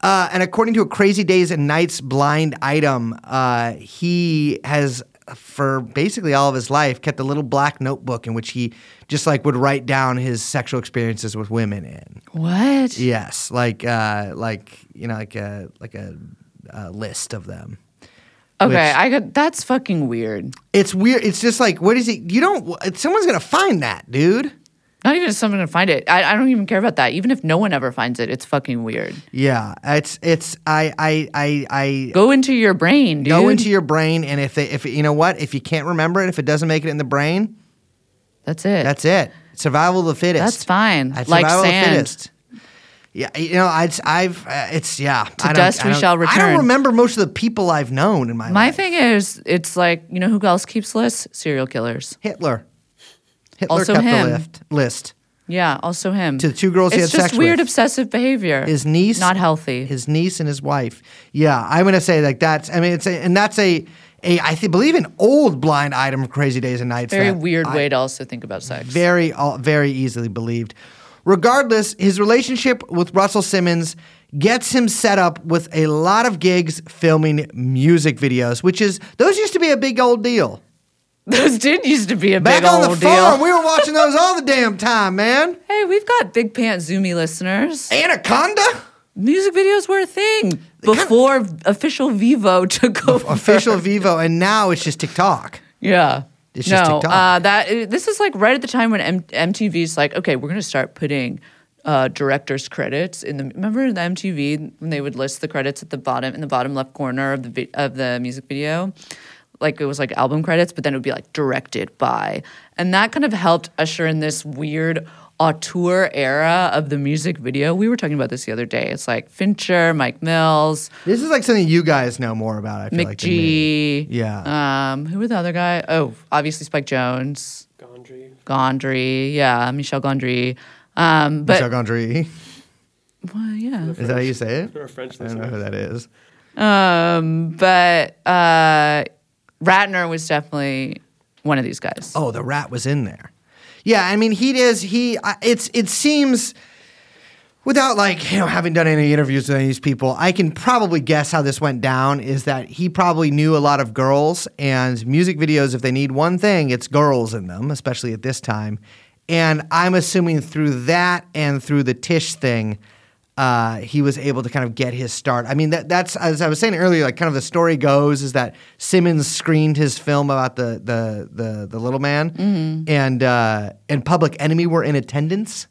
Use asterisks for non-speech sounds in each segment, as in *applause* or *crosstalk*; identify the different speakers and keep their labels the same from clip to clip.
Speaker 1: Uh, and according to a Crazy Days and Nights blind item, uh, he has, for basically all of his life, kept a little black notebook in which he just like would write down his sexual experiences with women in.
Speaker 2: What?
Speaker 1: Yes, like uh, like you know, like a like a, uh list of them.
Speaker 2: okay,
Speaker 1: which-
Speaker 2: I could. That's fucking weird.
Speaker 1: It's weird. It's just like what is he? You don't. Someone's gonna find that, dude.
Speaker 2: Not even if someone to find it. I, I don't even care about that. Even if no one ever finds it, it's fucking weird.
Speaker 1: Yeah, it's it's I I I I
Speaker 2: Go into your brain, dude.
Speaker 1: go into your brain, and if they, if you know what, if you can't remember it, if it doesn't make it in the brain,
Speaker 2: That's it.
Speaker 1: that's it. Survival of the fittest.
Speaker 2: That's fine.
Speaker 1: That's
Speaker 2: Like
Speaker 1: survival of the
Speaker 2: sand.
Speaker 1: fittest. Yeah, you know, I'd, I've uh, it's yeah. To
Speaker 2: dust we shall
Speaker 1: I
Speaker 2: return.
Speaker 1: don't remember most of the people I've known in my,
Speaker 2: My
Speaker 1: life.
Speaker 2: thing is, it's like you know who else keeps lists? Serial killers.
Speaker 1: Hitler. Hitler
Speaker 2: Also
Speaker 1: kept
Speaker 2: him.
Speaker 1: the lift, list.
Speaker 2: Yeah, also him.
Speaker 1: To the two girls
Speaker 2: it's
Speaker 1: he had
Speaker 2: just
Speaker 1: sex
Speaker 2: weird
Speaker 1: with.
Speaker 2: obsessive behavior.
Speaker 1: His niece,
Speaker 2: not healthy.
Speaker 1: His niece and his wife. Yeah, I'm gonna say like that's. I mean, it's a, and that's a. A, I th- believe an old blind item of Crazy Days and Nights.
Speaker 2: Very
Speaker 1: that
Speaker 2: weird
Speaker 1: I-
Speaker 2: way to also think about sex.
Speaker 1: very uh, very easily believed. Regardless, his relationship with Russell Simmons gets him set up with a lot of gigs filming music videos, which is those used to be a big old deal.
Speaker 2: *laughs* Those did used to be a
Speaker 1: Back
Speaker 2: big
Speaker 1: on
Speaker 2: old
Speaker 1: the farm,
Speaker 2: deal.
Speaker 1: we were watching those all the damn time, man.
Speaker 2: hey, we've got big pants zoomy listeners.
Speaker 1: Anaconda.
Speaker 2: Music videos were a thing before official Vivo *laughs* took over.
Speaker 1: *laughs* Official Vivo, and now it's just TikTok.
Speaker 2: Yeah.
Speaker 1: It's
Speaker 2: no,
Speaker 1: just TikTok.
Speaker 2: Uh, that i- this is like right at the time when M- MTV's like, okay, we're gonna start putting uh, directors' credits in the. Remember in the MTV when they would list the credits at the bottom in the bottom left corner of the vi- of the music video, like it was like album credits, but then it would be like directed by, and that kind of helped usher in this weird auteur era of the music video. We were talking about this the other day. It's like Fincher, Mike Mills,
Speaker 1: This is like something you guys know more about. I feel like than me.
Speaker 2: McGee.
Speaker 1: Yeah.
Speaker 2: Um, who were the other guy? Oh, obviously Spike Jones.
Speaker 3: Gondry.
Speaker 2: Gondry. Yeah, Michel Gondry. Um, but
Speaker 1: Michel Gondry.
Speaker 2: well, yeah.
Speaker 1: Is that how you say it?
Speaker 3: Or French
Speaker 1: I don't know
Speaker 3: listeners.
Speaker 1: who that is.
Speaker 2: Um, but uh, Ratner was definitely one of these guys.
Speaker 1: Oh, the rat was in there. Yeah, I mean, he is. He I- it's it seems without like you know having done any interviews with any of these people, I can probably guess how this went down. Is that he probably knew a lot of girls and music videos. If they need one thing, it's girls in them, especially at this time. And I'm assuming through that and through the Tish thing. Uh, he was able to kind of get his start. I mean, that, that's as I was saying earlier. Like, kind of the story goes is that Simmons screened his film about the the the, the little man, and uh, and Public Enemy were in attendance,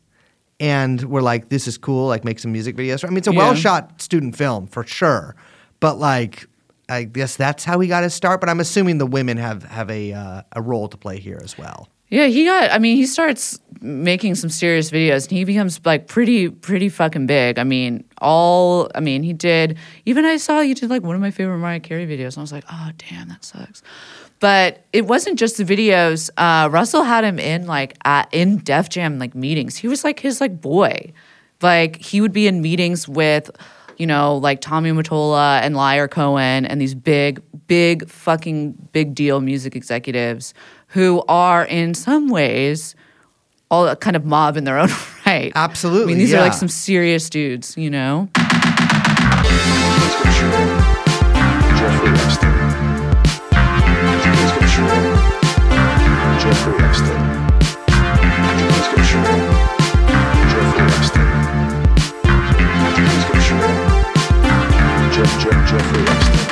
Speaker 1: and we're like, this is cool, like make some music videos. I mean, it's a
Speaker 2: Yeah.
Speaker 1: well shot student film for sure, but like, I guess that's how he got his start. But I'm assuming the women have have a uh, a role to play here as well.
Speaker 2: Yeah, he got. I mean, he starts making some serious videos, and he becomes like pretty, pretty fucking big. I mean, all. I mean, he did. Even I saw you did like one of my favorite Mariah Carey videos, and I was like, oh damn, that sucks. But it wasn't just the videos. Uh, Russell had him in like at, in Def Jam like meetings. He was like his like boy. Like he would be in meetings with, you know, like Tommy Mottola and Liar Cohen and these big, big fucking big deal music executives who are in some ways all a kind of mob in their own *laughs* right. I
Speaker 1: Absolutely,
Speaker 2: mean, these are like
Speaker 1: yeah.
Speaker 2: some serious dudes, you know?
Speaker 4: Jeffrey Epstein. Jeffrey Epstein. Jeffrey Epstein. Jeff, Jeff, Jeffrey Epstein.